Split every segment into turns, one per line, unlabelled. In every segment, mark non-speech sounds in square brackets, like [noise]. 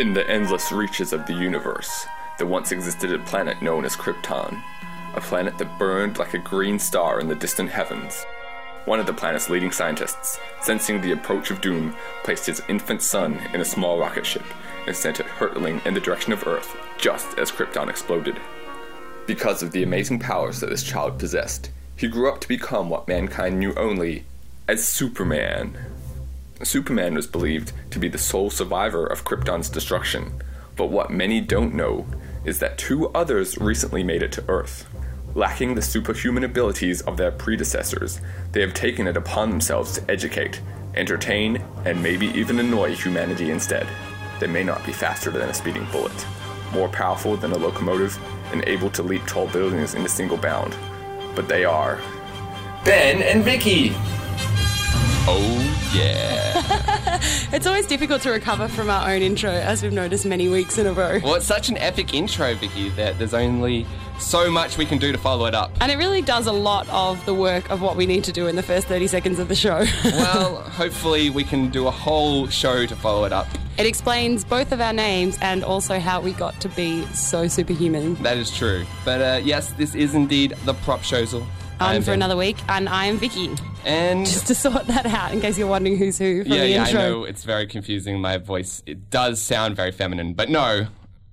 In the endless reaches of the universe, there once existed a planet known as Krypton, a planet that burned like a green star in the distant heavens. One of the planet's leading scientists, sensing the approach of doom, placed his infant son in a small rocket ship and sent it hurtling in the direction of Earth just as Krypton exploded. Because of the amazing powers that this child possessed, he grew up to become what mankind knew only as Superman. Superman was believed to be the sole survivor of Krypton's destruction, but what many don't know is that two others recently made it to Earth. Lacking the superhuman abilities of their predecessors, they have taken it upon themselves to educate, entertain, and maybe even annoy humanity instead. They may not be faster than a speeding bullet, more powerful than a locomotive, and able to leap tall buildings in a single bound, but they are Ben and Vicky! Oh yeah.
It's always difficult to recover from our own intro, as we've noticed many weeks in a row.
Well, it's such an epic intro, Vicky, that there's only so much we can do to follow
[laughs]
it up.
And it really does a lot of the work of what we need to do in the first 30 seconds of the show. [laughs]
Well, hopefully we can do a whole show to follow it up.
it explains both of our names and also how we got to be so superhuman.
That is true. But uh, yes, this is indeed the prop showsel.
On
I'm
Um, for
Ben.
another week, and I am Vicky. [laughs]
And
Just to sort that out in case you're wondering who's who from
yeah,
the
yeah,
intro.
I know it's very confusing. My voice it does sound very feminine, but no,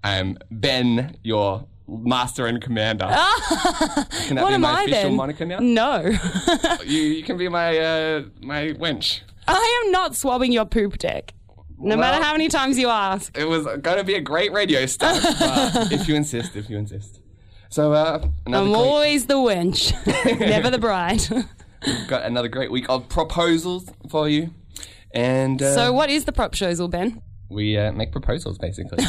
I'm Ben, your master and
[laughs]
commander. can that
What
be
am
my
I
official
then?
moniker now?
No. [laughs]
You, you can be my uh, my wench.
I am not swabbing your poop deck. No matter
Well-
how many times you ask.
It was gonna be a great radio stuff,
[laughs]
but if you insist, if you insist. So uh, another
I'm
great,
always the wench,
[laughs]
[laughs] never the bride.
got another great week of proposals for you, and uh,
so, what is the prop shows, all Ben?
we uh, make proposals
[laughs]
basically.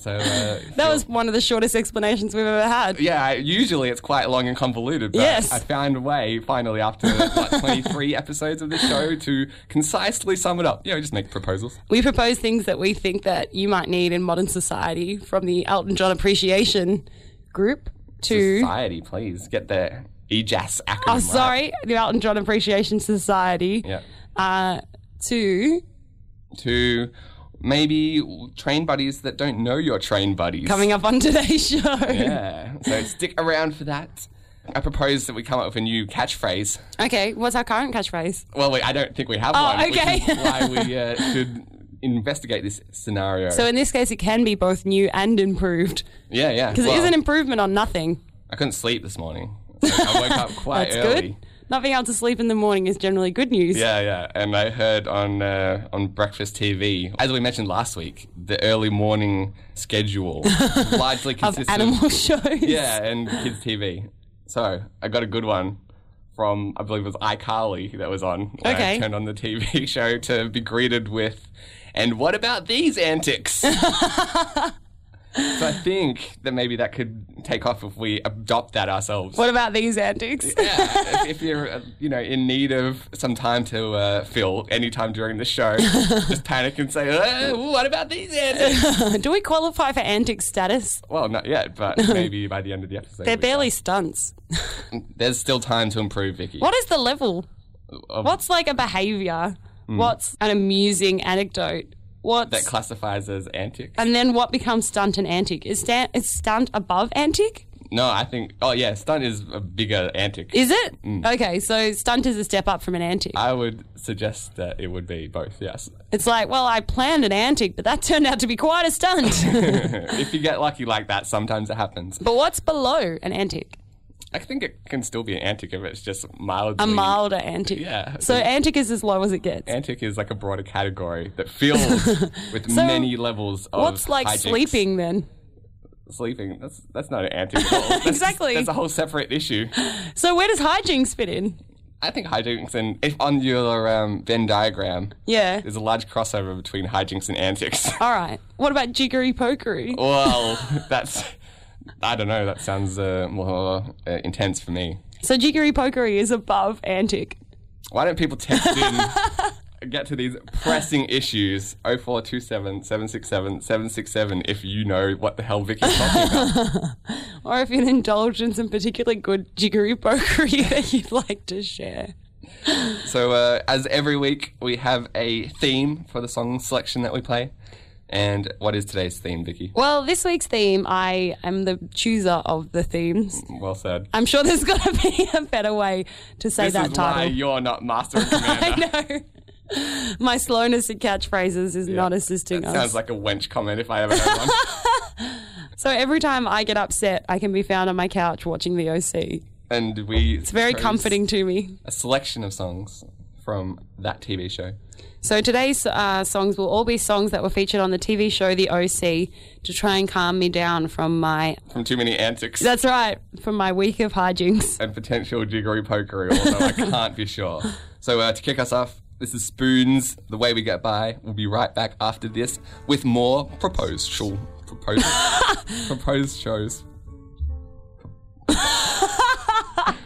so uh,
That was one of the shortest explanations we've ever had.
yeah, usually it's quite long and convoluted, but
Yes.
I found a way finally after
[laughs]
like 23 episodes of this show to concisely sum it up. Yeah, we just make proposals.
We propose things that we think that you might need in modern society from the Elton John Appreciation Group to.
Society, please get E the EJAS acronym.
Oh,
right.
sorry, the Elton John Appreciation Society
Yeah.
uh, to
to maybe train buddies that don't know your train buddies.
coming up on today's [laughs] show.
Yeah. So stick around for that. I propose that we come up with a new catchphrase.
Okay, what's our current catchphrase?
Well, we, I don't think we have one. which
Oh, okay.
is why
[laughs]
we uh, should investigate this scenario.
So, in this case, it can be both new and improved
yeah, yeah.
because
Well,
it is an improvement on nothing.
I couldn't sleep this morning. I woke
[laughs]
up quite
That's
early.
good. Not being able to sleep in the morning is generally good news.
Yeah, yeah. And I heard on uh, on breakfast TV, as we mentioned last week, the early morning schedule largely
[laughs] Of
consists
animal [laughs] shows.
Yeah, and kids TV. So I got a good one from I believe it was iCarly that was on. when
Okay.
I turned on the TV [laughs] show to be greeted with, and what about these
[laughs]
antics? so I think that maybe that could take off if we adopt that ourselves.
What about these antics?
Yeah, if, if you're uh, you know in need of some time to uh, fill any time during the
[laughs]
show, just panic and say, uh, "What about these antics?"
[laughs] Do we qualify for antic status?
well, not yet,
[laughs]
but maybe by the end of the episode,
They're
we-
barely stunts. [laughs]
There's still time to improve, Vicky.
What is the level?
Of-
What's like a behavior? What's an amusing anecdote?
Hmm. that
What's
classifies as antics.
and then what becomes stunt and antic? Is stunt is stunt above antic?
No, I think. Oh yeah, stunt is a bigger antic.
Is it
Hmm.
okay? So stunt is a step up from an antic.
I would suggest that it would be both. Yes,
it's like, well, I planned an antic, but that [laughs] turned out to be quite
[laughs]
a stunt.
if you get lucky like that, sometimes it happens.
but what's below an antic?
I think it can still be an antic if it's just mildly.
A milder antic.
Yeah.
So antic is as low as it gets.
Antic is like a broader category that
[laughs]
fills with many levels of.
What's like
hijinks.
sleeping then?
Sleeping. That's that's not an antic. At all. That's,
Exactly.
That's a whole separate issue.
So where does hijinks fit in?
I think hijinks and if on your um, Venn diagram,
Yeah.
there's a large crossover between hijinks and antics.
All right. What about jiggery pokery?
Oh. [laughs] Well, that's. I don't know. That sounds uh, more uh, intense for me.
So jiggery pokery is above antic.
Why don't people text in? [laughs] and Get to these pressing issues. 0427 767 767 if you know what the hell Vicky's talking [laughs] about.
Or if you'd indulge in some particularly good jiggery pokery [laughs] that you'd like to share.
so, uh, as every week, we have a theme for the song selection that we play. And what is today's theme, Vicky?
Well, this week's theme, I am the chooser of the themes.
Well said.
I'm sure there's got to be a better way to say
this
that
is why
title.
you're not master and [laughs]
[laughs]
commander.
I know. My slowness in catchphrases is not assisting us.
Sounds like a wench comment if I ever heard one.
so every time I get upset, I can be found on my couch watching the OC.
And we It's
Very comforting to me.
A selection of songs from that TV show.
So today's uh, songs will all be songs that were featured on the TV show The OC to try and calm me down from my.
From too many antics
That's right, from my week of hijinks. [laughs]
and potential jiggery pokery, although I can't be sure. So uh, to kick us off, this is Spoons, The Way We Get By. We'll be right back after this with more proposal proposal proposed shows. [laughs]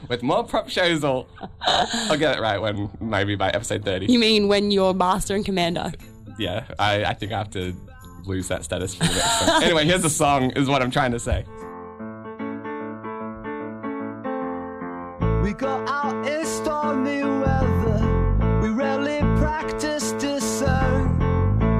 with more prop shows all I'll get it right when maybe by episode thirty.
You mean when you're master and commander?
yeah, I, I think I have to lose that status for the next one. Anyway, here's the song, is what I'm trying to say.
We go out in stormy weather. We rarely practice discern.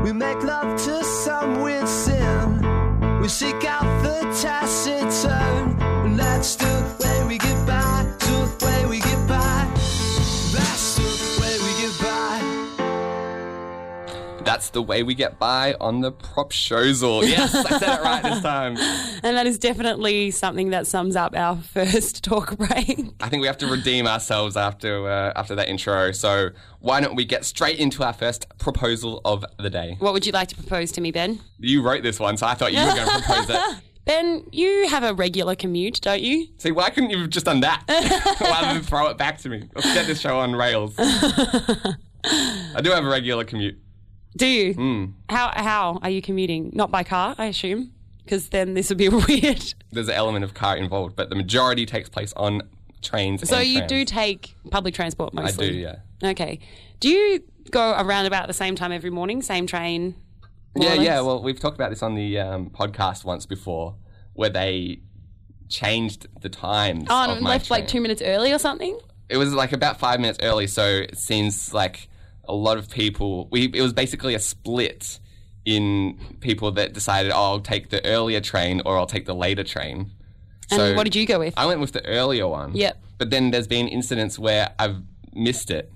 We make love to some with sin. We seek out the taciturn. And that's the way we get by. To the way we get by. That's the way we get by.
That's the way we get by on the prop showsel. Yes, I said it right this time.
And that is definitely something that sums up our [laughs] first talk break. [laughs]
I think we have to redeem ourselves after uh, after that intro. So why don't we get straight into our first proposal of the day?
What would you like to propose to me, Ben?
You wrote this one, so I thought you were going to propose
[laughs]
it.
Ben, you have a regular commute, don't you?
See, why couldn't you have just done
[laughs]
that rather than throw it back to me? Let's get this show on
[laughs]
rails. I do have a regular commute.
Do you?
Hmm.
How how are you commuting? Not by car, I assume, because then this would be [laughs] weird.
there's an element of car involved, but the majority takes place on trains.
So
and
you do
trams.
take public transport
I
mostly.
do, yeah.
Okay. Do you go around about the same time every morning, same train?
Yeah,
Mornings?
yeah. Well, we've talked about this on the um, podcast once before, where they changed the times.
Oh,
of
and
my
left like two
train.
minutes early or something.
It was like about five minutes early, so it seems like a lot of people. We it was basically a split in people that decided, oh, I'll take the earlier train or I'll take the later train.
And what did you go with?
I went with the earlier one.
Yep.
But then there's been incidents where I've missed it,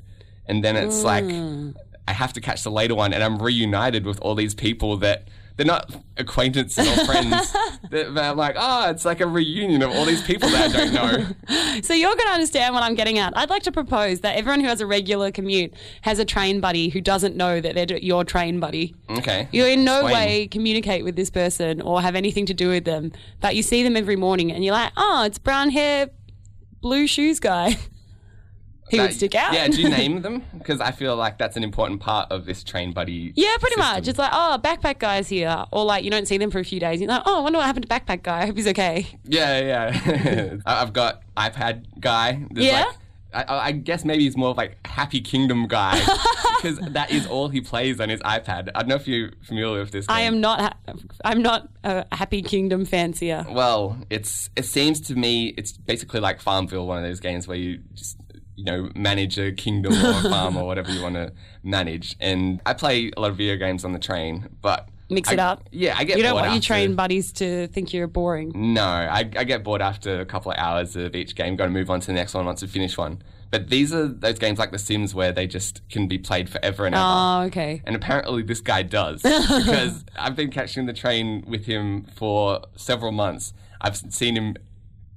and then it's
Mm.
like I have to catch the later one, and I'm reunited with all these people that they're not acquaintances or
[laughs]
friends. that, that I'm like, oh, it's like a reunion of all these people that I don't
[laughs]
know.
So you're going to understand what I'm getting at. I'd like to propose that everyone who has a regular commute has a train buddy who doesn't know that they're your train buddy.
Okay.
You in no
Mm. Explain.
way communicate with this person or have anything to do with them, but you see them every morning and you're like, oh, it's brown hair, blue shoes guy. [laughs] He
That-
would stick out.
Yeah, do you name them? Because I feel like that's an important part of this train buddy.
Yeah, pretty
system.
much. It's like, oh, backpack guy's here. Or like, you don't see them for a few days. You're like, oh, I wonder what happened to backpack guy. I hope he's okay.
Yeah, yeah. [laughs] I- I've got iPad guy. There's
Yeah?
Like, I, I guess maybe he's more of like Happy Kingdom guy
[laughs]
because that is all he plays on his iPad. I don't know if you're familiar with this. Game.
I am not, ha- I'm not a happy kingdom fancier.
Well, it's it seems to me it's basically like Farmville, one of those games where you just you know manage a kingdom or
[laughs]
a farm or whatever you want to manage. And I play a lot of video games on the train, but
Mix
I-
it up.
Yeah, I get
You don't
bored
want your
after-
train buddies to think you're boring.
No, I, I get bored after a couple of hours of each game. Got to move on to the next one once we finish one. But these are those games like The Sims where they just can be played forever and ever.
Oh, okay.
and apparently this guy
[laughs]
does because I've been catching the train with him for several months. I've s- seen him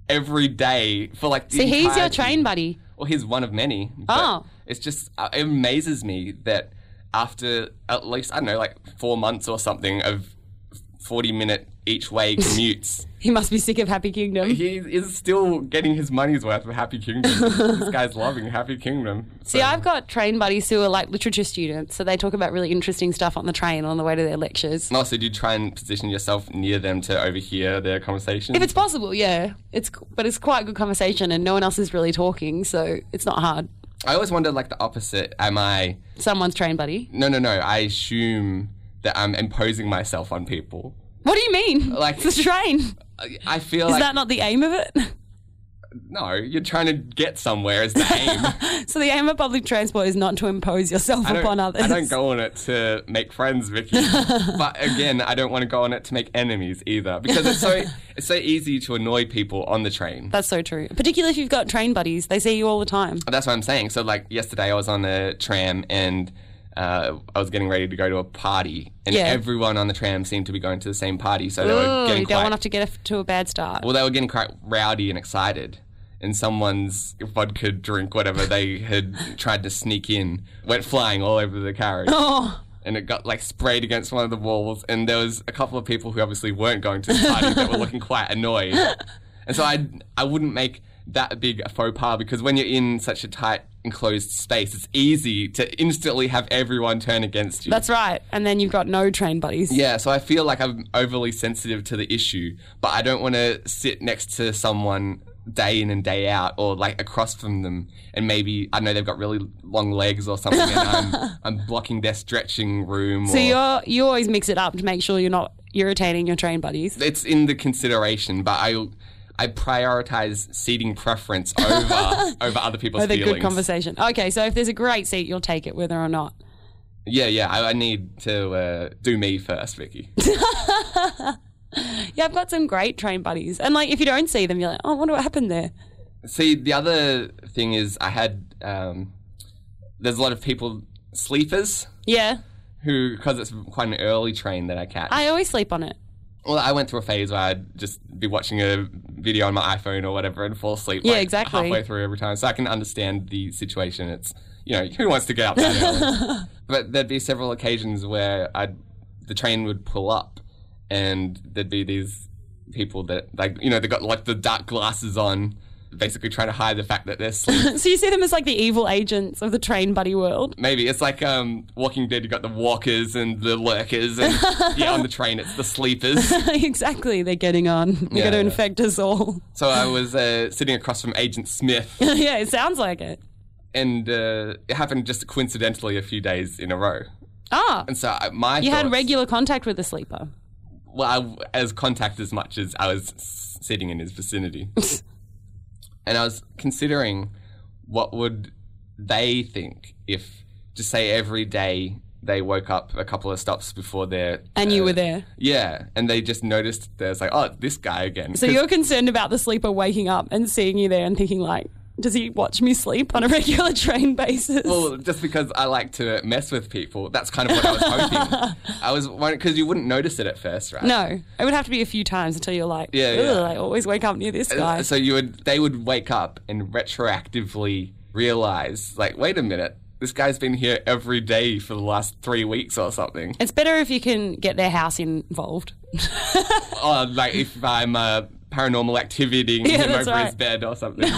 every day for like. The
So he's your
entirety-
train buddy.
Well, he's one of many. but
Oh.
it's just uh, it amazes me that after at least I don't know like four months or something of forty minute each
[laughs]
way commutes.
He must be sick of
[laughs]
Happy Kingdom.
he is still getting his money's worth of Happy Kingdom. this guy's
[laughs]
loving Happy Kingdom.
See, I've got train buddies who are like literature students, so they talk about really interesting stuff on the train on the way to their lectures.
And also, do you try and position yourself near them to overhear their conversation?
If it's possible, yeah. It's but it's quite good conversation, and no one else is really talking, so it's not hard.
I always wonder, like the opposite. Am I?
Someone's train buddy.
No, no, no. I assume that I'm imposing myself on people.
What do you mean?
Like-
it's a train. Is
I- I feel like
that not the aim of it?
No, you're trying to get somewhere. Is the
[laughs]
aim.
[laughs] So the aim of public transport is not to impose yourself
I don't-
upon others.
I don't go on it to make friends,
[laughs]
Vicky. but again, I don't want to go on it to make enemies either, because it's so it's so easy to annoy people on the train.
That's so true. Particularly if you've got train buddies, they see you all the time.
That's what I'm saying. So like yesterday, I was on the tram and. Uh, I was getting ready to go to a party, and
Yeah.
everyone on the tram seemed to be going to the same party. So they were
Ooh,
getting
Oh, you don't
quite
want to have to get off to a bad start.
well, they were getting quite rowdy and excited. And someone's vodka drink, whatever they had tried to sneak in, went flying all over the carriage.
[laughs] Oh,
And it got like sprayed against one of the walls. And there was a couple of people who obviously weren't going to the party that were looking quite annoyed.
[laughs]
And so I, I wouldn't make that big a faux pas because when you're in such a tight, enclosed space, it's easy to instantly have everyone turn against you.
that's right. And then you've got no train buddies.
Yeah, so I feel like I'm overly sensitive to the issue, but I don't want to sit next to someone day in and day out or like across from them and maybe I know they've got really long legs or something and
[laughs]
I'm I'm blocking their stretching room or
So you're you always mix it up to make sure you're not irritating your train buddies.
it's in the consideration, but I I prioritize seating preference over over other people's
With a
feelings.
good conversation. Okay, so if there's a great seat, you'll take it whether or not.
Yeah, yeah, I, I need to uh, do me first, Vicky.
Yeah, I've got some great train buddies. And like if you don't see them, you're like, oh, what happened there?
See, the other thing is, I had um, there's a lot of people sleepers
Yeah.
who because it's quite an early train that I catch.
I always sleep on it.
well, I went through a phase where I'd just be watching a video on my iPhone or whatever and fall asleep.
Yeah,
like,
exactly.
Halfway through every time, so I can understand the situation. It's you know who wants to get up that
[laughs]
early? but there'd be several occasions where I'd the train would pull up, and there'd be these people that like you know they got like the dark glasses on. Basically, trying to hide the fact that they're
[laughs]
sleeping.
So you see them as like the evil agents of the train buddy world. [laughs]
Maybe it's like um, Walking Dead. You got the walkers and the lurkers, and yeah,
[laughs]
on the train it's the sleepers.
exactly. They're getting on. They're
Yeah,
going to
yeah.
infect us all. [laughs]
So I was uh, sitting across from Agent Smith,
yeah, it sounds like it.
and uh, it happened just coincidentally a few days in a row.
Ah,
And so I, my
you had
thoughts-
regular contact with the sleeper.
well I, as contact as much as I was s- sitting in his
[laughs]
vicinity, and I was considering what would they think if just say every day they woke up a couple of stops before their
And you
uh,
were there.
Yeah, and they just noticed there's like, oh, this guy again.
So you're concerned about the sleeper waking up and seeing you there and thinking like, does he watch me sleep on a [laughs] regular train
[laughs]
basis?
Well, just because I like to mess with people, that's kind of what I was hoping.
[laughs]
I was because you wouldn't notice it at first, right?
no, it would have to be a few times until you're like,
Yeah,
"Ugh,
yeah.
I always wake up near this guy.
So you would, they would wake up and retroactively realize, like, wait a minute, this guy's been here every day for the last three weeks or something.
it's better if you can get their house involved. [laughs]
Oh, like if I'm uh, paranormal activity
[laughs] Yeah,
him
that's
over his
right.
bed
[laughs]
or something.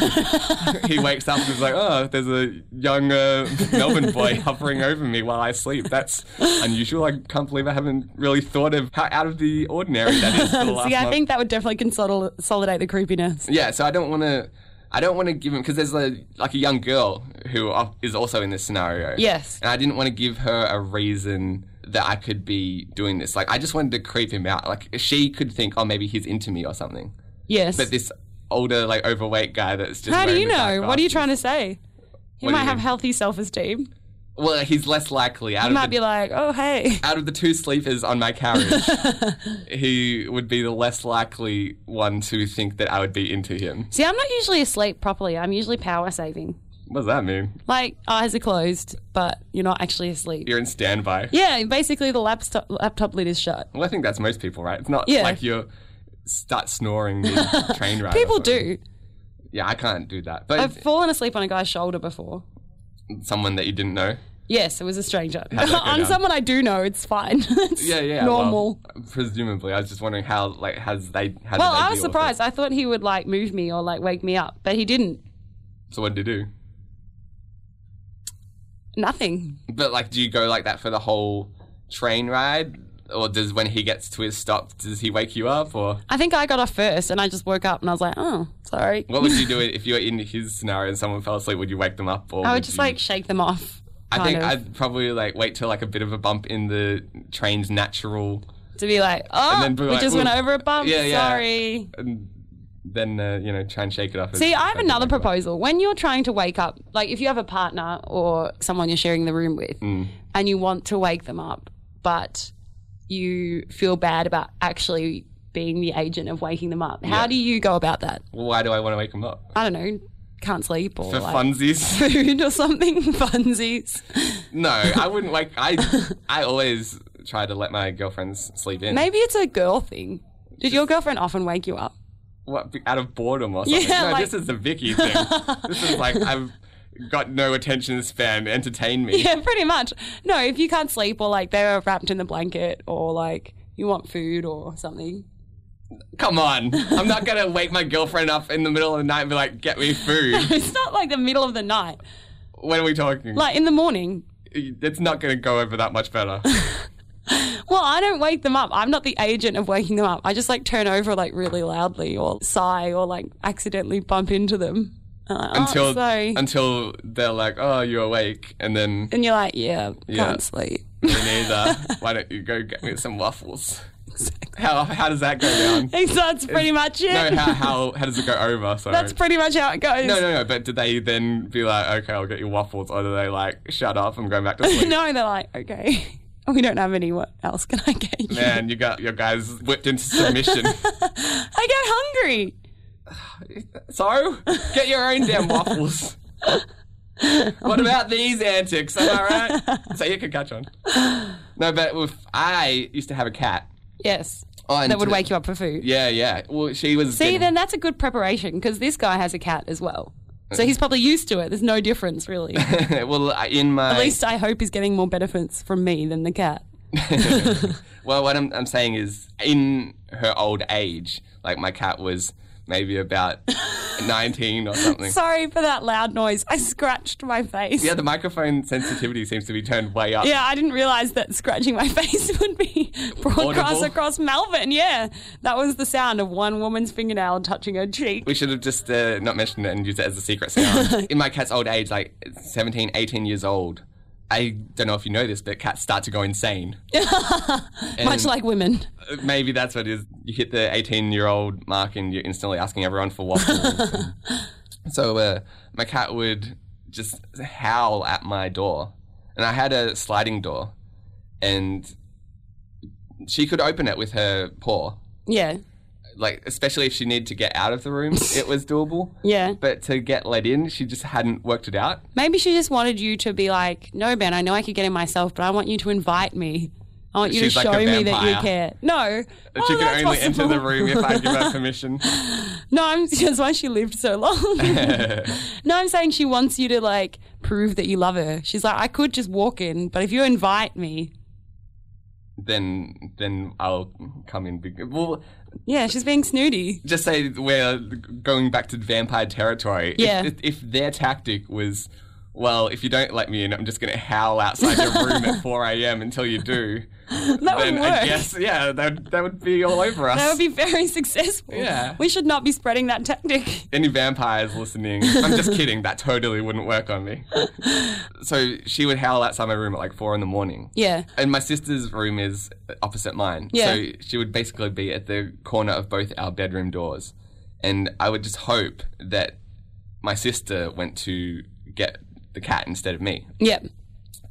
[laughs] he wakes up and is like, oh, there's a young uh, Melbourne boy
[laughs]
hovering over me while I sleep. That's unusual. I can't believe I haven't really thought of how out of the ordinary that
[laughs]
is for the last
yeah, I
month."
think that would definitely consol- consolidate the creepiness.
Yeah, so I don't want to. I don't want to give him because there's a, like a young girl who al- is also in this scenario.
Yes.
and I didn't want to give her a reason that I could be doing this. Like I just wanted to creep him out. Like she could think, oh, maybe he's into me or something.
Yes.
But this older, like overweight guy that's just
How do
wearing
you
the dark
know? What are you
glasses-
trying to say? He
What do
might
you
have
mean?
healthy self esteem.
Well, he's less likely. Out
He
of
might
the,
be like, oh, hey.
out of the two sleepers on my carriage, he would be the less likely one to think that I would be into him.
[laughs] See, I'm not usually asleep properly. I'm usually power saving.
What does that mean?
Like, eyes are closed, but you're not actually asleep.
You're in standby.
Yeah, basically the laptop, laptop lid is shut.
Well, I think that's most people, right? It's not
Yeah.
like you start snoring
[laughs]
the train ride. or
People
something.
do.
Yeah, I can't do that. But
I've fallen asleep on a guy's shoulder before.
someone that you didn't know.
Yes, it was a stranger.
that go
[laughs] on
down?
someone I do know, it's fine. [laughs] It's
Yeah, yeah. well,
Normal.
presumably, I was just wondering how like has they how
Well,
did they deal
I was
with
surprised. I thought he would like move me or like wake me up, but he didn't.
it? So what did you do?
Nothing.
But like, do you go like that for the whole train ride, or does when he gets to his stop, does he wake you up, or
I think I got off first and I just woke up and I was like, oh, sorry.
what would you
[laughs]
do if you were in his scenario and someone fell asleep? Would you wake them up, or
I would
would
just
you-
like shake them off.
I think
kind of,
I'd probably like wait till like a bit of a bump in the train's natural
to be like, oh,
then be
we
like,
just went
"Ooh."
over a bump.
Yeah, yeah.
Sorry.
and then uh, you know try and shake it off. as-
See, I have
as
another
you go.
proposal. When you're trying to wake up, like if you have a partner or someone you're sharing the room with
Mm.
and you want to wake them up, but you feel bad about actually being the agent of waking them up, how
Yeah.
do you go about that?
Well, why do I want to wake them up?
I don't know, can't sleep or
For
like
funsies.
[laughs] food or something, [laughs] funsies.
[laughs] No, I wouldn't like.
[laughs]
I I always try to let my girlfriends sleep in.
Maybe it's a girl thing. Did your girlfriend often wake you up?
What, be- out of boredom or something?
Yeah,
no,
like-
this is the Vicky
[laughs]
thing. this is like I've got no attention span. Entertain me.
[laughs] Yeah, pretty much. No, if you can't sleep or like they're wrapped in the blanket or like you want food or something. [laughs]
Come on, I'm not gonna wake my girlfriend up in the middle of the night and be like, "Get me
[laughs]
food."
It's not like the middle of the night.
when are we talking?
Like in the morning.
it's not gonna go over that much
[laughs]
better.
Well, I don't wake them up. I'm not the agent of waking them up. I just like turn over like really loudly or sigh or like accidentally bump into them. I'm like, "Oh,
until
sorry.
until they're like, "Oh, you're awake," and then
and you're like, yeah, can't
Yeah.
sleep. [laughs]
me neither. Why don't you go get me some waffles? How how does that go down?
That's pretty much it.
No, how how how does it go over? Sorry.
[laughs] That's pretty much how it goes.
no, no, no. But do they then be like, okay, I'll get you waffles, or do they like, shut up, I'm going back
[laughs]
to sleep?
No, they're like, okay, [laughs] we don't have any. What else can I get you?
Man, you got your guys whipped into submission.
I get hungry.
so get your own damn waffles. what about these antics? Am I right? So you can catch on. No, but with, I used to have a cat.
Yes.
Oh, and
that would
to-
wake you up for food.
Yeah, yeah. Well, she was.
See,
getting-
then that's a good preparation because this guy has a cat as well. So he's probably used to it. There's no
[laughs]
difference, really. At
well, I- in my
least I hope he's getting more benefits from me than the cat.
well, what I'm, I'm saying is, in her old age, like my cat was maybe about 19 or something.
Sorry for that loud noise. I scratched my face.
yeah, the microphone sensitivity seems to be turned way up.
Yeah, I didn't realize that scratching my [laughs] face would be [laughs] broadcast
Audible.
across Melbourne. Yeah, that was the sound of one woman's fingernail touching her cheek.
We should have just uh, not mentioned it and used it as a secret sound. in my cat's old age, like 17, 18 years old, I don't know if you know this, but cats start to go insane.
Much like women.
Maybe that's what it is. You hit the 18 year old mark and you're instantly asking everyone for
[laughs]
waffles. so uh, my cat would just howl at my door. And I had a sliding door, and she could open it with her paw.
Yeah,
Like, especially if she needed to get out of the room, it was doable.
[laughs] yeah.
But to get let in, she just hadn't worked it out.
Maybe she just wanted you to be like, no, Ben, I know I could get in myself, but I want you to invite me. I want you
She's
to
like
show
a
me that you
vampire.
care. No.
But she
Oh,
could
that's
only enter
possible.
the room if I give
[laughs]
her permission.
No, I'm, [laughs] that's why she lived
[laughs]
so long. no, I'm saying she wants you to like prove that you love her. She's like, I could just walk in, but if you invite me,
then, then I'll come in. big- Well,
yeah, she's being snooty. [laughs]
just say we're going back to vampire territory. If-
Yeah.
If, if their tactic was, well, if you don't let me in, I'm just going to howl outside your room
[laughs]
at 4 a.m. until you do.
That
then
would work.
I guess, yeah, that, that would be all over us.
[laughs] That would be very successful.
Yeah.
We should not be spreading that tactic. [laughs]
Any vampires listening, I'm just kidding. That totally wouldn't work on me. so she would howl outside my room at like 4 in the morning.
Yeah.
And my sister's room is opposite mine.
Yeah.
So she would basically be at the corner of both our bedroom doors. And I would just hope that my sister went to get the cat instead of me.
Yep.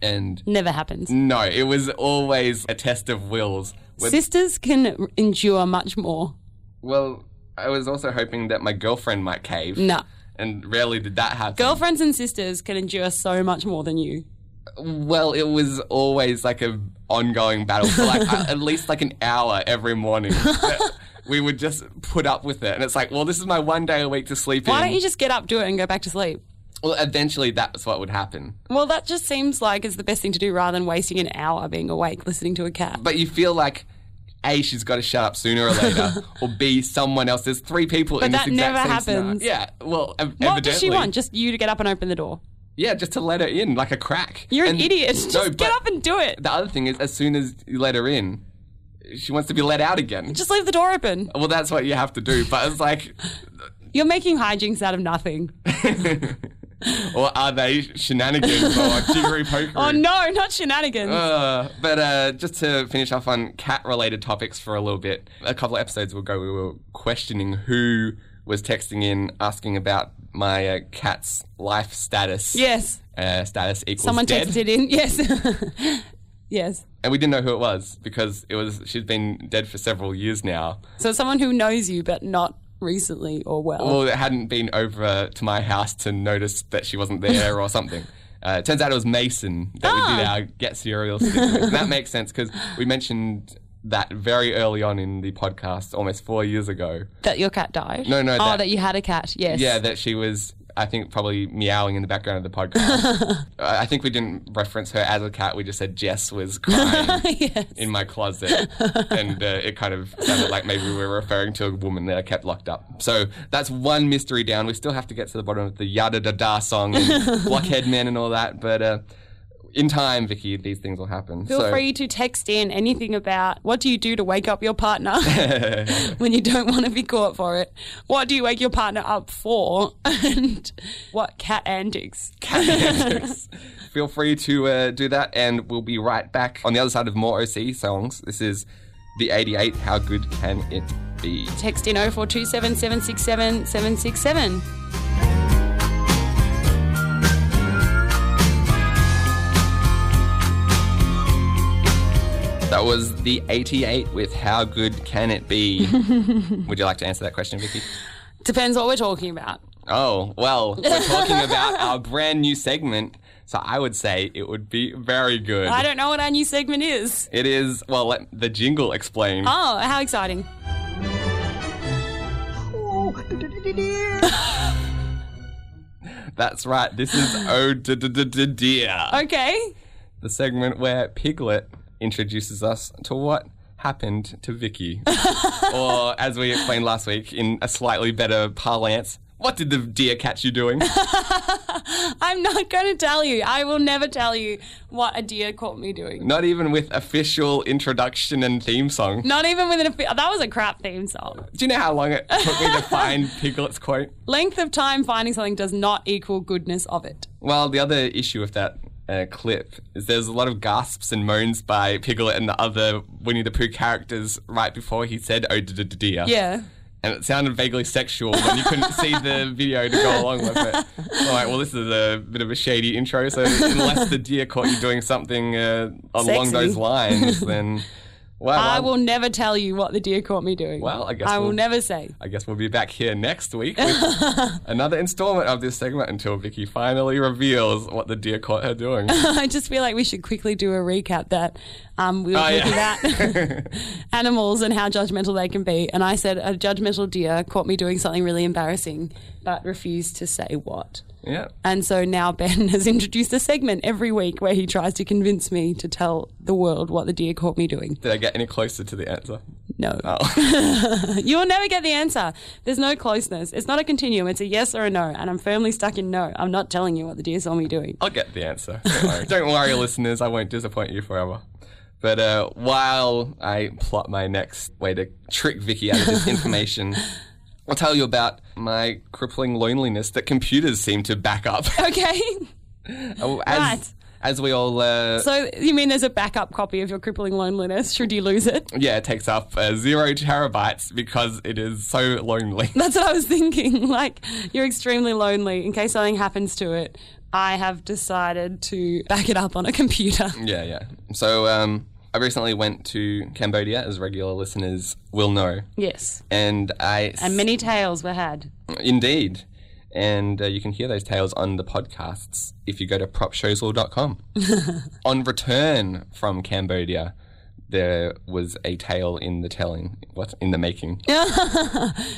And
Never happens.
no, it was always a test of wills. With-
Sisters can endure much more.
well, I was also hoping that my girlfriend might cave.
No.
And rarely did that happen.
Girlfriends and sisters can endure so much more than you.
Well, it was always like a ongoing battle for like a- at least like an hour every
[laughs]
morning. that we would just put up with it, and it's like, well, this is my one day a week to sleep
Why
in.
don't you just get up, do it, and go back to sleep?
well, eventually, that's what would happen.
Well, that just seems like it's the best thing to do rather than wasting an hour being awake listening to a cat.
But you feel like. A, she's got to shut up sooner or later,
[laughs]
or B, someone else. There's three people in
that
this exact
never
same scenario.
happens.
Yeah, well, ev-
what does she
evidently-
want? Just you to get up and open the door.
yeah, just to let her in like a crack.
You're an
And-
idiot. [laughs] Just
No,
get
but
up and do it.
the other thing is, as soon as you let her in, she wants to be let out again.
Just leave the door open.
well, that's what you have to do. But it's like,
You're making hijinks out of nothing.
[laughs] or are they shenanigans or jiggery pokery?
[laughs] Oh no, not shenanigans.
Uh, but uh, just to finish off on cat related topics for a little bit, a couple of episodes ago, we were questioning who was texting in asking about my uh, cat's life status.
Yes.
Uh, status equals
Someone
dead.
texted in. [laughs] Yes. [laughs] yes.
and we didn't know who it was because it was she'd been dead for several years now.
So someone who knows you, but not recently or well.
Well, it hadn't been over to my house to notice that she wasn't there or something. Uh, it turns out it was Mason that we did
Ah.
our get serial stick with. And that makes sense because we mentioned that very early on in the podcast, almost four years ago.
that your cat died?
No, no,
Oh,
that-
that, you had a cat. Yes. [laughs]
Yeah, that she was, I think, probably meowing in the background of the podcast. I I think we didn't reference her as a cat. We just said Jess was crying
yes.
in my
[laughs]
closet, and uh, it kind of sounded like maybe we were referring to a woman that I kept locked up. So that's one mystery down. We still have to get to the bottom of the yada da da song
[laughs]
and blockhead men and all that, but. Uh, in time, Vicky, these things will happen.
Feel
so, [laughs]
free to text in anything about what do you do to wake up your partner when you don't want to be caught for it? What do you wake your partner up for? [laughs] And what cat antics?
feel free to uh, do that, and we'll be right back on the other side of more OC songs. This is the 88. How good can it be?
Text in 0427 767 767.
That was the 88 with How Good Can It
[laughs]
Be? Would you like to answer that question, Vicky?
Depends what we're talking about.
Oh, well, we're
[laughs]
talking about our brand new segment, so I would say it would be very good.
I don't know what our new segment is.
It is, well, let the jingle explain.
Oh, how exciting.
That's right, this is Oh D- D- D- D- Dear,
Okay.
the segment where Piglet introduces us to what happened to
[laughs]
Vicky. or, as we explained last week, in a slightly better parlance, what did the deer catch you
[laughs]
doing?
I'm not going to tell you. I will never tell you what a deer caught me doing.
Not even with official introduction and theme song.
Not even with an. affi- That was a crap theme song.
Do you know how long it took me to find Piglet's quote?
Length of time finding something does not equal goodness of it.
Well, the other issue with that uh, clip is there's a lot of gasps and moans by Piglet and the other Winnie the Pooh characters right before he said "Oh da da da dear."
Yeah.
and it sounded vaguely sexual when you couldn't see
[laughs]
the video to go along with it. All right, well, this is a bit of a shady intro. So unless the deer caught you doing something uh, along
Sexy.
those lines, then well,
I
I'm-
will never tell you what the deer caught me doing.
Well, I guess
I will
we'll-
never say. [laughs]
I guess we'll be back here next week with another installment of this segment until Vicky finally reveals what the deer caught her
[laughs]
doing.
I just feel like we should quickly do a recap that um, we were
Oh,
talking
yeah.
about [laughs] animals and how judgmental they can be. And I said a judgmental deer caught me doing something really embarrassing, but refused to say what.
yeah.
And so now Ben [laughs] has introduced a segment every week where he tries to convince me to tell the world what the deer caught me doing.
Did I get any closer to the answer?
No.
Oh.
You will never get the answer. There's no closeness. It's not a continuum. It's a yes or a no. And I'm firmly stuck in no. I'm not telling you what the deer saw me doing. [laughs]
I'll get the answer. Don't worry. Don't worry, listeners. I won't disappoint you forever. But uh, while I plot my next way to trick Vicky out of this information, I'll tell you about my crippling loneliness that computers seem to back up.
Okay.
Oh, as,
Right.
as we all uh,
So you mean there's a backup copy of your crippling loneliness should you lose it? [laughs]
yeah, it takes up uh, zero terabytes because it is so
[laughs]
lonely.
That's what I was thinking. [laughs] Like, you're extremely lonely. In case something happens to it, I have decided to back it up on
[laughs]
a computer.
yeah, yeah. So um, I recently went to Cambodia, as regular listeners will know,
Yes.
and I
And many tales were had.
indeed, and uh, you can hear those tales on the podcasts if you go to
[laughs]
propshowsall.com. on return from Cambodia. There was a tale in the telling, what in the making,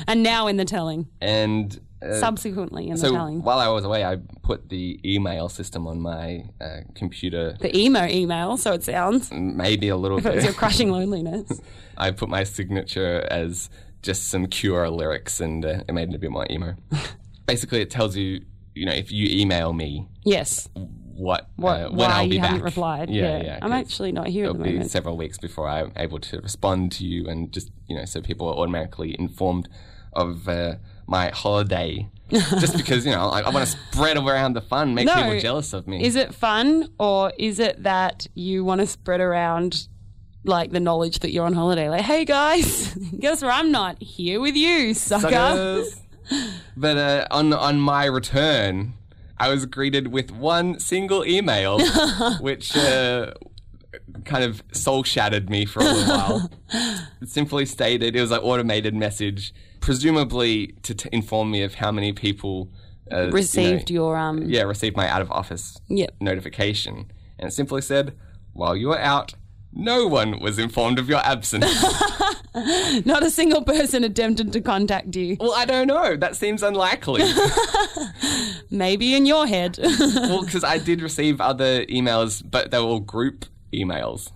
And now in the telling.
and uh,
Subsequently in the
so
telling.
while I was away, I put the email system on my uh, computer,
The emo email, so it
[laughs]
sounds.
maybe a
[laughs]
little
It's your
bit.
crushing loneliness.
I put my signature as just some Cure lyrics, and uh, it made it a bit more
[laughs]
emo. Basically, it tells you, you know, if you email me,
Yes.
what,
What,
uh, when
why
I'll be
you
back.
haven't replied.
Yeah, yeah.
I'm
'cause
actually not here at the
It'll be
moment.
several weeks before I'm able to respond to you, and just you know, so people are automatically informed of uh, my
[laughs]
holiday. just because you know, I, I want to spread around the fun, make
No.
people jealous of me.
Is it fun or is it that you want to spread around like the [laughs] knowledge that you're on holiday? Like, hey guys, guess where I'm not here with you, sucker.
Suckers. But uh, on on my return, I was greeted with one single
[laughs]
email, which uh, kind of soul shattered me for a little while. It simply stated it was an automated message, presumably to t- inform me of how many people uh, you know,
Received your um.
yeah received my out of office
Yep.
notification, and it simply said, "While you were out, no one was informed of your absence."
[laughs] Not a single [laughs] person attempted to contact you.
well, I don't know. That seems unlikely.
Maybe in your head. [laughs]
well, because I did receive other emails, but they were all group emails.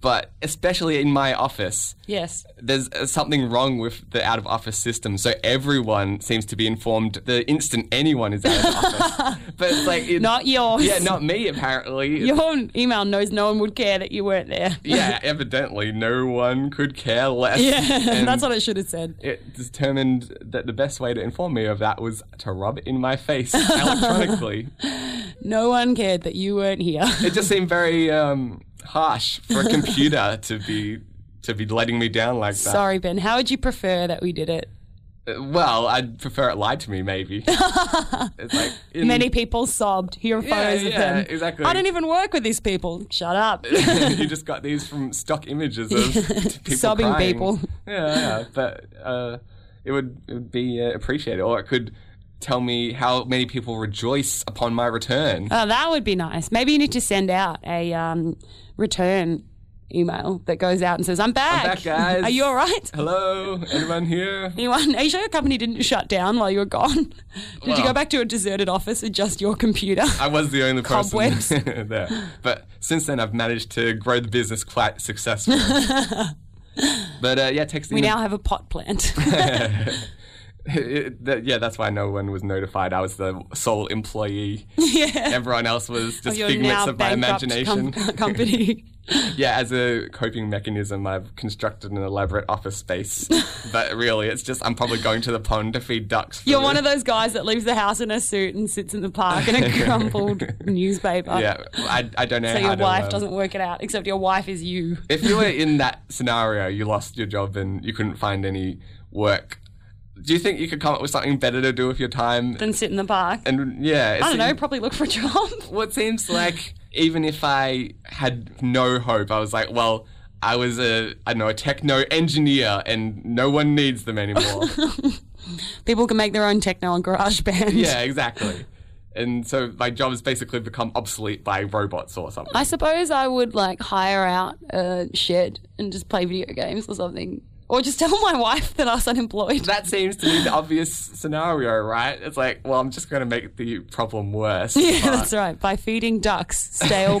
But especially in my office,
yes.
there's uh, something wrong with the out of office system. So everyone seems to be informed the instant anyone is out of office.
[laughs]
but it's like it,
Not yours.
yeah, not me apparently.
Your email knows no one would care that you weren't there.
yeah, evidently no one could care less.
Yeah, [laughs]
And
[laughs] that's what I should have said.
it determined that the best way to inform me of that was to rub it in my
[laughs]
face electronically.
No one cared that you weren't here.
it just seemed very um, harsh for a
[laughs]
computer to be to be letting me down like that.
[laughs] Sorry, Ben. How would you prefer that we did it?
Uh, Well, I'd prefer it lied to me,
[laughs]
maybe. it's like in-
Many people sobbed. Here are
Yeah,
photos of
yeah,
them.
exactly.
I don't even work with these people.
[laughs]
Shut up.
[laughs] you just got these from stock images of
[laughs]
people
Sobbing
crying.
people.
Yeah, yeah, but uh, it would it would be uh, appreciated, or it could tell me how many people rejoice upon my return.
Oh, that would be nice. Maybe you need to send out a um, return email that goes out and says, "I'm back.
back, guys."
Are you all right?
Hello, anyone here?
[laughs] Anyone? Are you sure your company didn't shut down while you were gone? [laughs] Did you
Well-
go back to a deserted office and just your
[laughs]
computer? [laughs]
I was the only
Cobwebs.
person [laughs] there. But since then, I've managed to grow the business quite
[laughs]
successfully. but uh, yeah, texting.
we now have a pot plant.
it- [laughs] that- yeah, that's why no one was notified. I was the sole
[laughs]
employee.
yeah.
Everyone else was just
Your
figments
Oh, now
of my
bankrupt
imagination.
com- [laughs] company.
[laughs] yeah, as a coping mechanism, I've constructed an elaborate office
[laughs]
space. but really, it's just I'm probably going to the pond to feed ducks.
You're one of those guys that leaves the house in a suit and sits in the park in a
[laughs]
crumpled newspaper.
[laughs] Yeah, I, I don't know.
So
how
your
to,
wife
um,
doesn't work it out, except your wife is you.
if you were in that scenario, you lost your job and you couldn't find any work, do you think you could come up with something better to do with your time?
Then sit in the park.
and yeah, it
I don't know,
seems-
probably look for a job. [laughs]
Well, it seems like even if I had no hope, I was like, well, I was a I don't know a techno engineer, and no one needs them anymore.
[laughs] People can make their own techno on GarageBand.
yeah, exactly. And so my job has basically become obsolete by robots or something.
I suppose I would like hire out a shed and just play video games or something. Or just [laughs] tell my wife that I was unemployed.
that seems to be the obvious scenario, right? It's like, well, I'm just going to make the problem worse.
[laughs] [laughs] yeah,
but-
that's right. By feeding ducks stale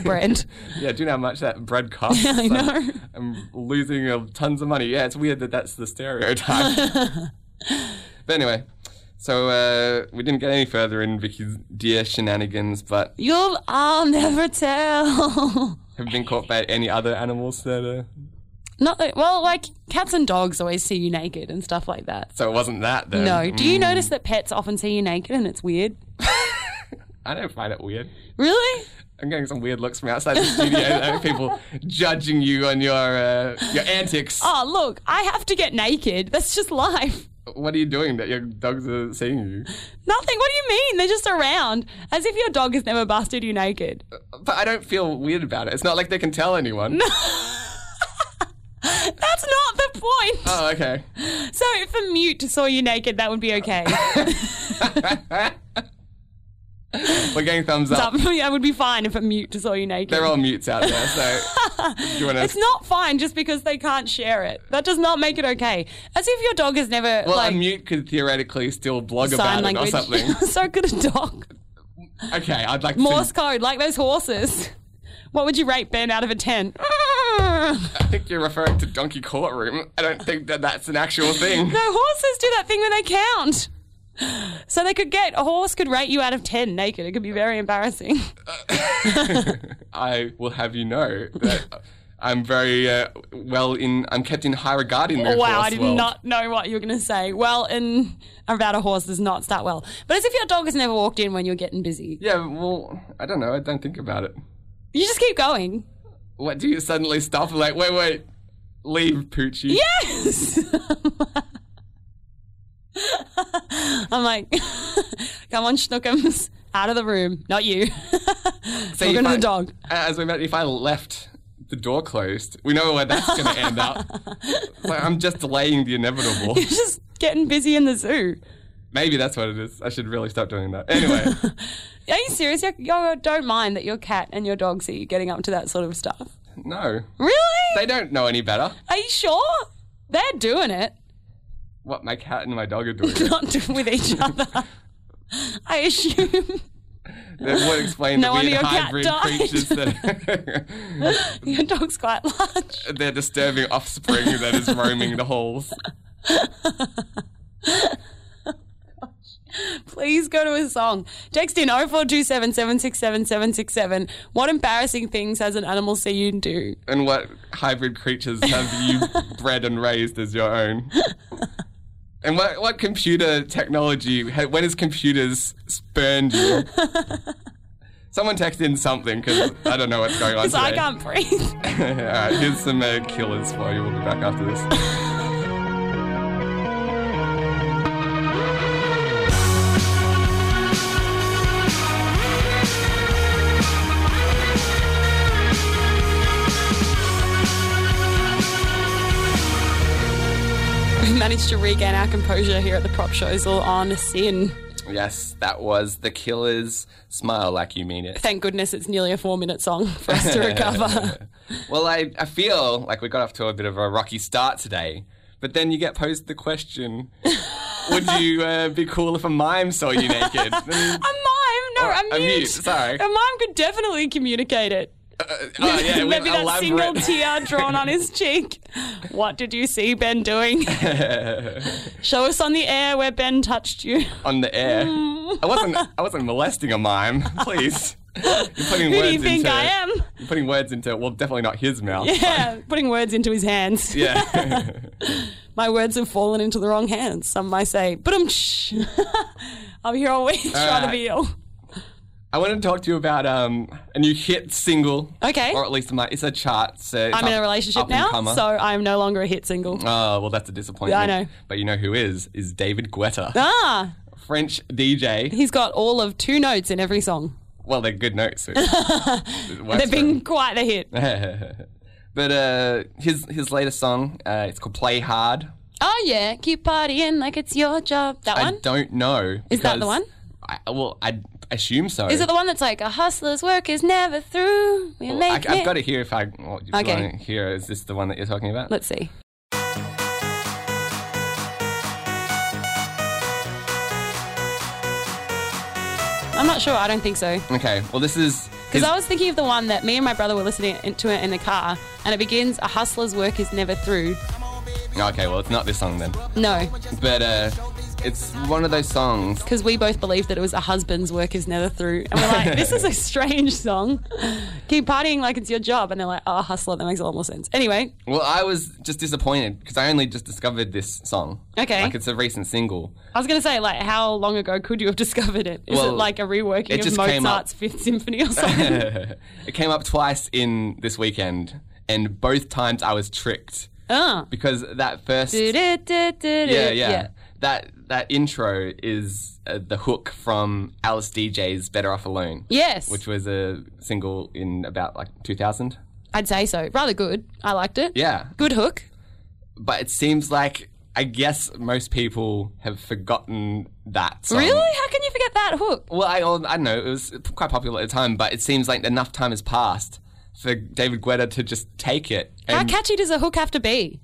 [laughs]
bread.
Yeah, do you know how much that bread costs?
[laughs] I
I'm-
know.
I'm, losing uh, tons of money. Yeah, it's weird that that's the
[laughs]
stereotype. but anyway, so uh, we didn't get any further in Vicky's dear shenanigans, but
You'll, I'll never tell. [laughs]
have you been caught by any other animals that. Uh,
Not that, well, like cats and dogs always see you naked and stuff like that.
so it wasn't that then.
No. Do you notice that pets often see you naked and it's weird?
I don't find it weird.
Really?
I'm getting some weird looks from outside the studio. though,
[laughs]
people judging you on your uh, your antics.
Oh, look, I have to get naked. That's just life. [laughs]
What are you doing that your dogs are seeing you?
Nothing. What do you mean? They're just around. As if your dog has never busted you naked. [laughs]
But I don't feel weird about it. It's not like they can tell anyone.
That's not the point.
Oh, okay.
so if a mute saw you naked, that would be okay.
We're getting thumbs up.
that would be fine if a mute saw you naked.
They're all mutes out there, so do you want
[laughs] it's
to?
not fine just because they can't share it. That does not make it okay. As if your dog has never
Well,
like
a mute could theoretically still blog
sign
about
language.
it or
[laughs]
something.
so could a dog.
Okay, I'd like to.
Morse code, like those horses. What would you rate Ben out of a [laughs] 10?
I think you're referring to Donkey Courtroom. I don't think that that's an actual thing.
[laughs] No, horses do that thing where they count. So they could get a horse could rate you out of 10 naked. It could be very embarrassing.
I will have you know that I'm very uh, well in. I'm kept in high regard in the
wow,
horse
I did
world.
not know what you were going to say. Well, and about a horse does not start well. But as if your dog has never walked in when you're getting busy.
Yeah, well, I don't know. I don't think about it.
You just keep going.
What do you suddenly stop? Like, wait, wait, leave, Poochie.
Yes! [laughs] I'm like, [laughs] come on, schnookums, out of the room. Not you. [laughs]
So
Talking
if
to
I-
the dog. [laughs]
As we met, if I left the door closed, we know where that's going to end
[laughs]
up. Like, I'm just delaying the inevitable.
You're just getting busy in the zoo.
Maybe that's what it is. I should really stop doing that.
[laughs]
Anyway,
Are you serious? You you don't mind that your cat and your dog see you getting up to that sort of stuff.
no,
Really?
they don't know any better.
Are you sure? They're doing it, [laughs]
What my cat and my dog are doing.
not do- with each other. [laughs] I assume [laughs]
That would explain
No
the
wonder
weird
your cat
hybrid
died.
creatures that [laughs]
your dog's quite large.
their disturbing offspring that is roaming the halls.
Please go to a song. Text in 0427 767 767. What embarrassing things has an animal see you do?
And what hybrid creatures have
[laughs]
you bred and raised as your own? And what, what computer technology, ha- when has computers spurned
[laughs]
you? Someone text in something because I don't know what's going
[laughs]
on
Because
today.
I can't
[laughs]
breathe. [laughs]
All right, here's some uh, killers for you. We'll be back after this.
[laughs] we managed to regain our composure here at the prop shows all on sin.
Yes, that was the killers. Smile like you mean it.
Thank goodness it's nearly a four minute song for us
[laughs]
to recover.
Well, I, I feel like we got off to a bit of a rocky start today, but then you get posed the question Would
[laughs]
you uh, be cool if a mime saw you naked? And,
a mime? No,
Alright,
a
a
mute.
Oh, mute, sorry.
A mime could definitely communicate it.
oh,
[laughs]
yeah, with
Maybe that
elaborate-
single tear
[laughs]
drawn on his cheek. What did you see
[laughs]
Ben doing? Show us on the air where Ben touched you.
on the air. I wasn't, I wasn't molesting a mime, please. You're putting
Who
words
do you think
into,
I am?
You're putting words into, well, definitely not his mouth.
Yeah, [laughs] putting words into his hands.
[laughs] yeah.
My words have fallen into the wrong hands. Some might say, but I'm shh. [laughs] I'm here all week trying to
right.
be ill.
I want to talk to you about um, a new hit single.
Okay.
Or at least my, it's a chart. So it's
I'm in a
up-
relationship
up and
now,
comer.
so I'm no longer a hit single.
Oh, well, that's a disappointment.
Yeah, I know.
But you know who is? Is David Guetta,
Ah,
French DJ.
he's got all of two notes in every song.
Well, they're good
[laughs]
notes. so it- it works
They've
for
been quite the hit.
him. [laughs] but uh, his his latest song, uh, it's called "Play Hard."
Oh yeah, keep partying like it's your job. That
I
one
don't know.
Is that the
because
one?
I, well, I assume so.
is it the one that's like a hustler's work is never through. We
Well, I,
make
I've
it.
got to hear if I well, if you
Okay.
want to hear. Is this the one that you're talking about?
Let's see. I'm not sure. I don't think so.
okay. Well, this is
Because
his-
I was thinking of the one that me and my brother were listening to it in the car, and it begins, "A hustler's work is never through."
okay. Well, it's not this song then.
No,
But uh, it's one of those songs.
because we both believed that it was a husband's work is never through, and we're like,
[laughs]
"This is a strange song." Keep partying like it's your job, and they're like, "Oh, hustler." That makes a lot more sense. Anyway,
Well, I was just disappointed because I only just discovered this song.
Okay.
Like it's a recent single.
I was gonna say, like, how long ago could you have [laughs] discovered it? Is it
Well,
like a reworking
it
of
just came up.
Mozart's Fifth Symphony or something?
[laughs] it came up twice in this weekend, and both times I was tricked
oh.
because that first. Yeah,
Yeah,
yeah, That that intro is uh, the hook from Alice DJ's "Better Off Alone."
Yes.
Which was a single in about like 2000.
I'd say so. Rather good. I liked it.
Yeah.
Good hook.
But it seems like I guess most people have forgotten that. Song.
Really? How can you forget that hook?
Well, I, I don't know. It was quite popular at the time, but it seems like enough time has passed for David Guetta to just take it.
How
And
catchy does a hook have to be?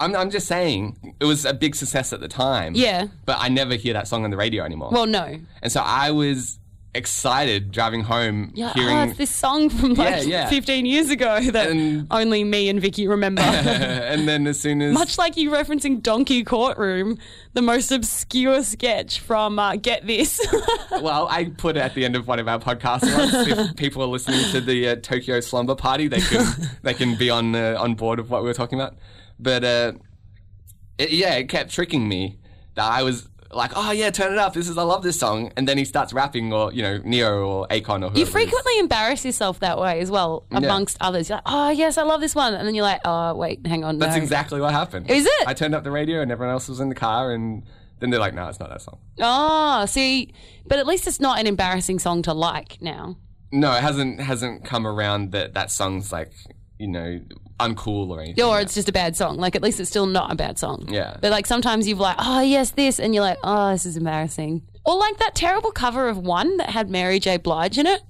I'm, I'm just saying, it was a big success at the time.
Yeah.
But I never hear that song on the radio anymore.
Well, no.
and so I was excited driving home
Yeah,
hearing.
oh, it's this song from like
Yeah, yeah.
15 years ago that
And-
only me and Vicky
[laughs] [laughs]
remember. [laughs]
and then as soon as.
Much like you referencing Donkey Courtroom, the most obscure sketch from uh, Get This. [laughs]
well, I put it at the end of one of our podcasts once.
[laughs]
if people are listening to the uh, Tokyo Slumber Party, they can they can be on uh, on board of what we were talking about. But uh, it, yeah, it kept tricking me that I was like, oh yeah, turn it up. This is I love this song, and then he starts rapping or you know Neo or Akon or whoever.
You
it is.
frequently embarrass yourself that way as well, amongst others. You're like, oh, yes, I love this one. And then you're like, oh, wait, hang on.
That's
no.
exactly what happened.
Is it?
I turned up the radio and everyone else was in the car and Then they're like, no, it's not that song.
Oh, see, but at least it's not an embarrassing song to like now.
No, it hasn't hasn't come around that that song's like you know uncool or anything.
Or it's just a bad song. Like, at least it's still not a bad song.
Yeah.
But, like, sometimes you've like, oh, yes, this. And you're like, oh, this is embarrassing. Or, like, that terrible cover of One that had Mary J. Blige in it.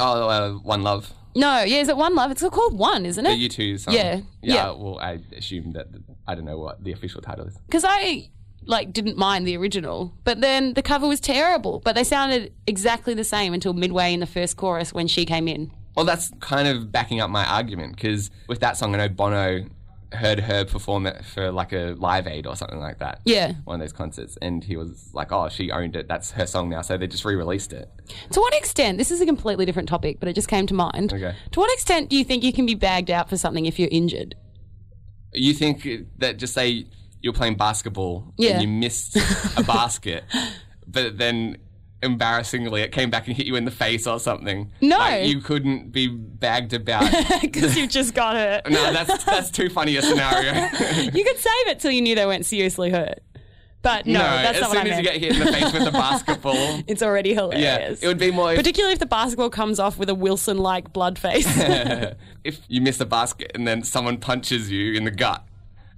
Oh, uh, One Love,
No, yeah, is it One Love? It's called One, isn't
the
it?
U two song.
Yeah,
yeah,
yeah.
Well, I assume that I don't know what the official title is.
Because I, like, didn't mind the original. But then the cover was terrible. But they sounded exactly the same until midway in the first chorus when she came in.
Well, that's kind of backing up my argument because with that song, I know Bono heard her perform it for like a live aid or something like that.
Yeah.
One of those concerts. And he was like, oh, she owned it. That's her song now. So they just re released it.
To what extent, this is a completely different topic, but it just came to mind.
Okay.
To what extent do you think you can be bagged out for something if you're injured? [laughs]
You think that just say you're playing basketball
Yeah.
and you missed
[laughs]
a basket, but then embarrassingly it came back and hit you in the face or something.
No.
Like, you couldn't be bagged about.
Because you've just got hurt.
no, that's, that's too funny a
[laughs]
scenario.
You could save it till you knew they weren't seriously hurt. But
[laughs]
no,
No,
that's
as
not
soon
what I
as
meant.
you get hit in the face
[laughs]
with a basketball.
it's already hilarious.
Yeah, it would be more if,
Particularly if the basketball comes off with a Wilson like blood face.
[laughs]
[laughs]
if you miss a basket and then someone punches you in the gut.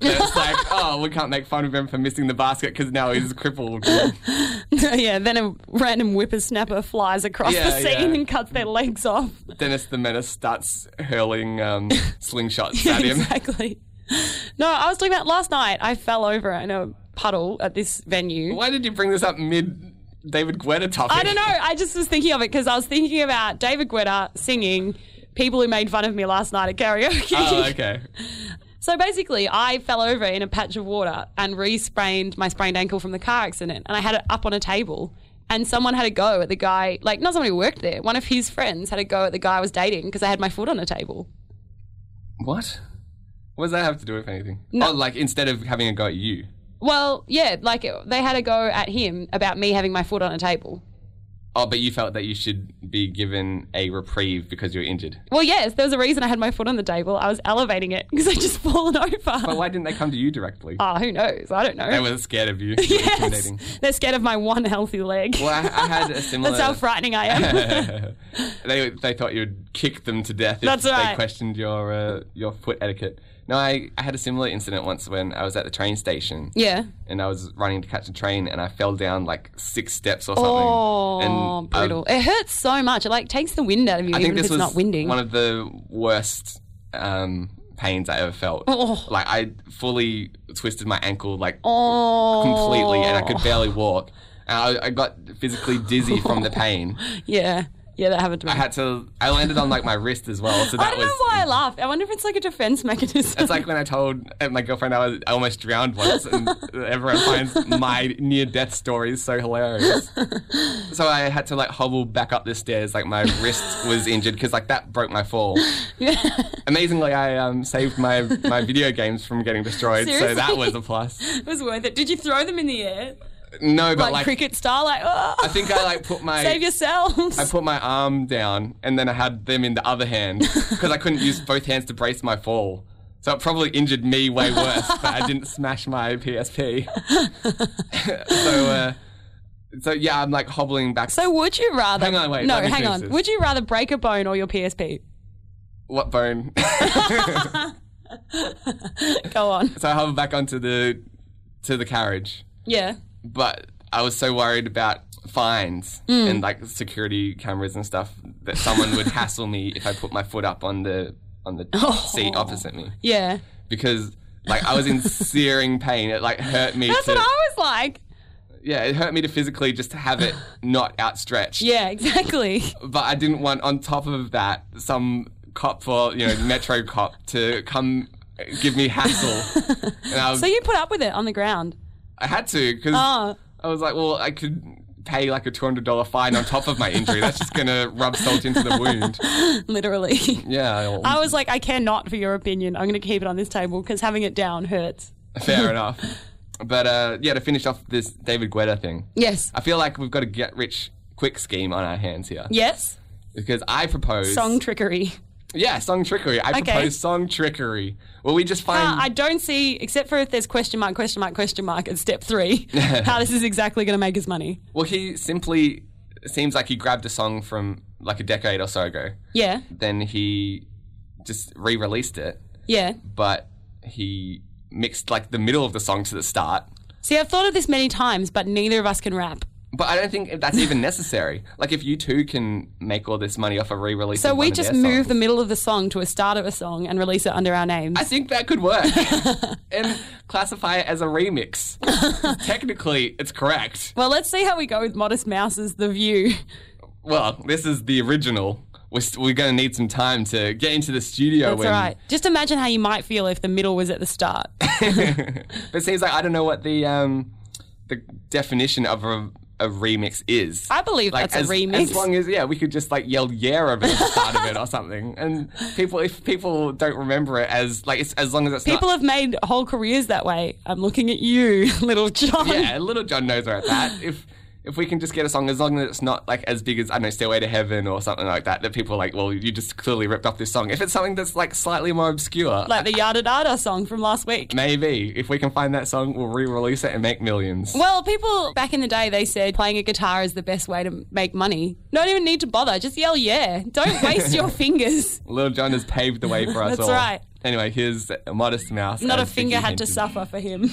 Then
[laughs]
it's like, oh, we can't make fun of him for missing the basket because now he's
[laughs]
crippled.
yeah, then a random whippersnapper flies across the
Yeah,
scene
yeah.
and cuts their legs
[laughs]
off.
Dennis the Menace starts hurling
[laughs]
um, slingshots at him.
exactly. No, I was talking about last night. I fell over in a puddle at this venue.
Why did you bring this up mid David Guetta topic?
I don't know. I just was thinking of it because I was thinking about David Guetta singing people who made fun of me last night at karaoke.
Oh, okay.
So basically, I fell over in a patch of water and re-sprained my sprained ankle from the car accident, and I had it up on a table. And someone had a go at the guy, like not someone who worked there. One of his friends had a go at the guy I was dating because I had my foot on a table.
What? What does that have to do with anything? Oh, like instead of having a go at you.
Well, yeah, like it, they had a go at him about me having my foot on a table.
Oh, but you felt that you should be given a reprieve because you're
[laughs]
injured.
Well, yes, there was a reason I had my foot on the table. I was elevating it [laughs] because I just fallen over.
But why didn't they come to you directly?
Ah, who knows? I don't know.
They were scared of you.
[laughs] yes,
Intimidating.
they're scared of my one healthy leg.
Well, I, I had a similar.
[laughs] That's how frightening
[laughs]
I am.
they they thought you'd kick them to death if
That's right.
they questioned your uh, your foot etiquette. No, I, I had a similar incident once when I was at the train station.
yeah.
And I was running to catch a train, and I fell down like six steps or something.
Oh,
and I-
brutal! it hurts so much. It like takes the wind out of you,
I think
even if
this
it's
was
not winding.
one of the worst um, pains I ever felt.
Oh.
Like I fully twisted my ankle like completely, and I could barely walk. And I, I got physically dizzy from
[laughs]
the pain.
Oh. yeah, yeah, that happened to me.
I had to. I landed on like my wrist as well, so
I
that
don't
was.
know why I laughed. I wonder if it's like a defense mechanism.
It's like when I told uh, my girlfriend I was I almost drowned once, and everyone finds my near death stories so hilarious. So I had to like hobble back up the stairs, like my wrist was injured because like that broke my fall. Amazingly, I um, saved my my video games from getting destroyed, so that
Seriously?
was a plus.
[laughs] it was worth it. Did you throw them in the air
No, but
like,
like,
cricket style? Like, oh,
I think I like put my
save yourselves.
I put my arm down and then I had them in the other hand because I couldn't use both hands to brace my fall. So it probably injured me way worse, but I didn't smash my PSP. [laughs] so, uh, so yeah, I'm like hobbling back.
so would you rather?
Hang on, wait,
No,
let me
hang
finish
on.
this.
Would you rather break a bone or your PSP?
what bone? [laughs]
Go on.
so I hobbled back onto the to the carriage,
Yeah.
but I was so worried about fines and like security cameras and stuff that someone would hassle me if I put my foot up on the on the seat opposite me.
Yeah.
because like I was
[laughs]
in searing pain. It like hurt me.
That's
to,
what I was like.
Yeah, it hurt me to physically just have it not outstretched. [laughs]
Yeah, exactly.
But I didn't want on top of that some cop or you know
[laughs]
metro cop to come give me hassle. and I, was,
So you put up with it on the ground.
I had to because
Oh.
I was like, well, I could pay like a two hundred dollar fine on top of my injury. That's just gonna rub salt into the wound.
Literally.
Yeah,
[laughs]
I'll-
I was like, I care not for your opinion. I'm going to keep it on this table because having it down hurts.
fair enough. But uh, yeah, to finish off this David Guetta thing.
Yes.
I feel like we've got a get rich quick scheme on our hands here.
Yes.
Because I propose
Song trickery.
Yeah, song trickery. I
Okay.
propose song trickery. Well, we just find.
Uh, I don't see, except for if there's question mark, question mark, question mark at step
[laughs]
three, how this is exactly going to make us money.
well, he simply seems like he grabbed a song from like a decade or so ago.
Yeah,
Then he just re-released it,
yeah.
but he mixed like the middle of the song to the start.
See, I've thought of this many times, but neither of us can rap.
But I don't think that's
[laughs]
even necessary. Like, if you two can make all this money off a re-release,
So
of one
we
of
just
their
move
songs,
the middle of the song to a start of a song and release it under our names.
I think that could
[laughs]
work and classify it as a remix. Technically, it's correct.
well, let's see how we go with Modest Mouse's The View.
Well, this is the original. We're, st- we're going to need some time to get into the studio.
That's
when,
all right. Just imagine how you might feel if the middle was at
[laughs]
the start.
But it seems like I don't know what the um, the definition of a, a remix is.
I believe
like
that's a
as,
remix.
As long as yeah, we could just like yell yeah over the start of it or something, and people if people don't remember it as like it's, as long as it's not-
People have made whole careers that way. I'm looking at you, [laughs] little John.
yeah, Little John knows where it's at. If if we can just get a song as long as it's not like as big as I don't know Stairway to Heaven or something like that, that people are like, well, you just clearly ripped off this song. If it's something that's like slightly more obscure,
Like the Yada Dada song from last week.
maybe if we can find that song, we'll re-release it and make millions.
Well, people back in the day, they said playing a guitar is the best way to make money. Don't even need to bother. Just yell, yeah.
[laughs]
Don't waste your fingers.
Little John has paved the way for us
That's
all.
right.
Anyway, here's a Modest Mouse.
Not a
as
finger
Vicky
had to
hinted.
suffer for him.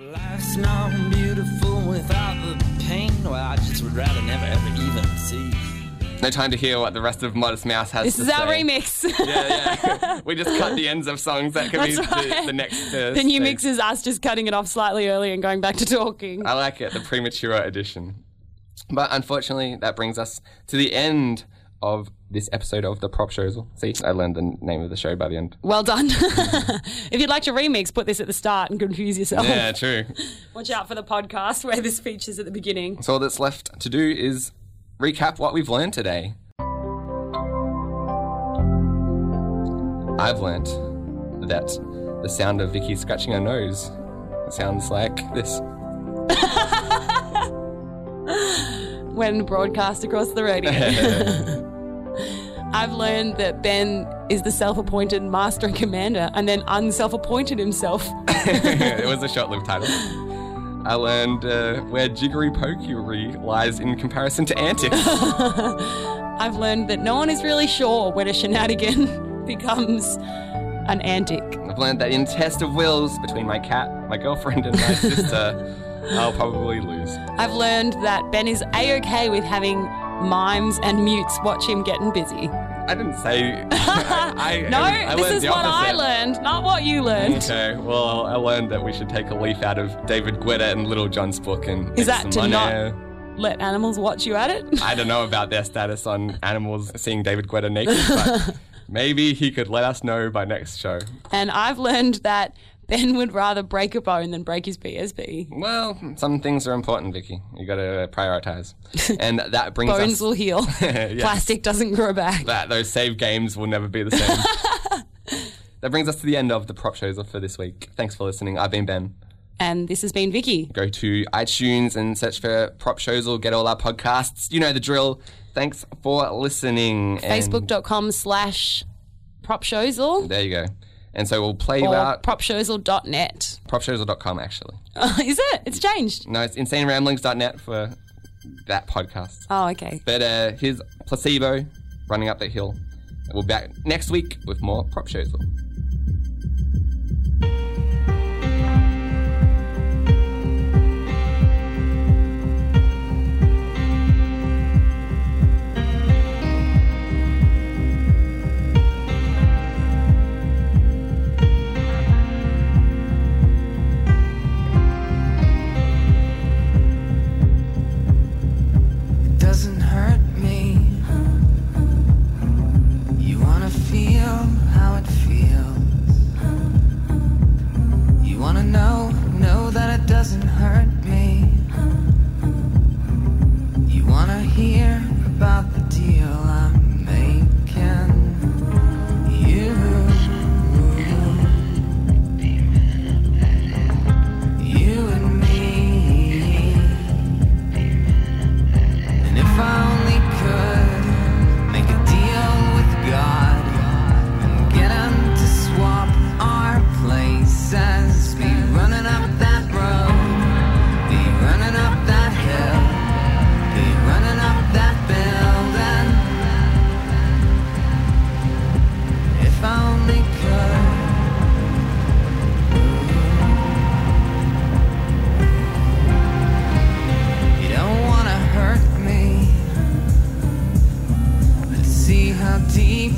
Life's not beautiful without the pain. Well, I just would rather never ever even see.
no time to hear what the rest of Modest Mouse has
This
to
is
say.
our remix.
Yeah, yeah. we just cut
[laughs]
the ends of songs. That could be
That's
the,
right.
the next. Uh,
the new
stage. Uh,
mix is us just cutting it off slightly early and going back to talking.
I like it, the premature edition. But unfortunately, that brings us to the end of this episode of the Prop Shows. See, I learned the name of the show by the
[laughs]
end. [laughs]
Well done. if you'd like to remix, put this at the start and confuse yourself.
Yeah, true.
[laughs] Watch out for the podcast where this features at the beginning.
So all that's left to do is recap what we've learned today. I've learned that the sound of Vicky scratching her nose sounds like this. [laughs]
when broadcast across the
[laughs]
radio. I've learned that Ben is the self appointed master and commander and then unself appointed himself.
it was a short-lived title. I learned uh, where jiggery pokery lies in comparison to antics.
I've learned that no one is really sure when a shenanigan [laughs] becomes an antic.
I've learned that in test of wills between my cat, my girlfriend, and my sister, I'll probably lose.
I've learned that Ben is A okay with having mimes and mutes watch him getting busy.
I didn't
[laughs]
say. I, I-
No,
I
this
learned
is
the
what I
opposite.
learned, not what you learned.
Okay, well, I learned that we should take a leaf out of David Guetta and Little John's book and make
Is that
some
to
money.
Let animals watch you at it.
I don't know about their status on animals seeing David Guetta naked,
[laughs]
but maybe he could let us know by next show.
And I've learned that Ben would rather break a bone than break his PSP.
Well, some things are important, Vicky. You got to
[laughs]
prioritize, and that brings
Bones
us
will heal.
[laughs] Yeah.
Plastic doesn't grow back.
that those save games will never be the same.
[laughs]
that brings us to the end of the prop shows for this week. Thanks for listening. I've been Ben.
And this has been Vicky.
Go to iTunes and search for prop shows or get all our podcasts. You know the drill. Thanks for listening. and-
Facebook.com slash prop shows or
There you go. And so we'll play you out
[laughs] propshowsall.net.
propshowsal.com actually.
Oh, Is it? It's changed.
No, it's insaneramblings.net for that podcast.
Oh, okay.
But uh, here's placebo running up that hill. We'll be back next week with more prop shows.
It doesn't hurt me. You wanna feel how it feels.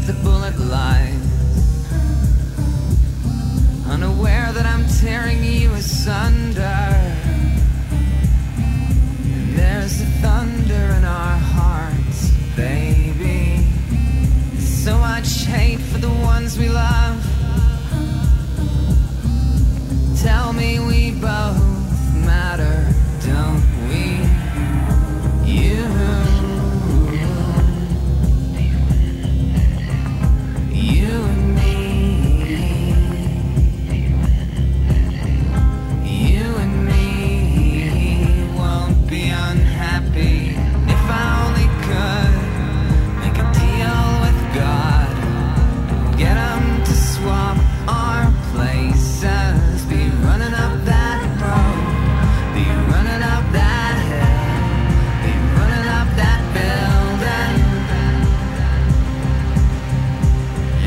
the bullet lies. Unaware that I'm tearing you asunder. And there's the thunder in our hearts, baby. So much hate for the ones we love. Tell me we both matter, don't we? You. You and me. You and me won't be unhappy if I only could make a deal with God. Get him to swap our places. Be running up that road. Be running up that hill. Be running up that building.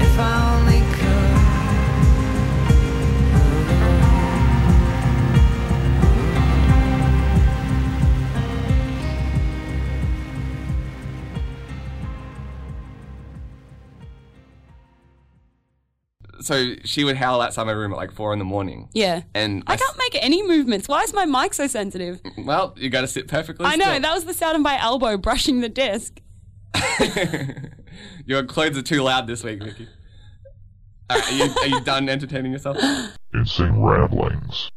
If I only could.
So she would howl outside my room at like four in the morning.
Yeah.
And
I
s-
can't make any movements. Why is my mic so sensitive?
Well, you got to sit perfectly.
I know,
still.
that was the sound of my elbow brushing the disc.
[laughs] Your clothes are too loud this week, Vicky. All right, are, you, are you done entertaining yourself?
Insane ramblings.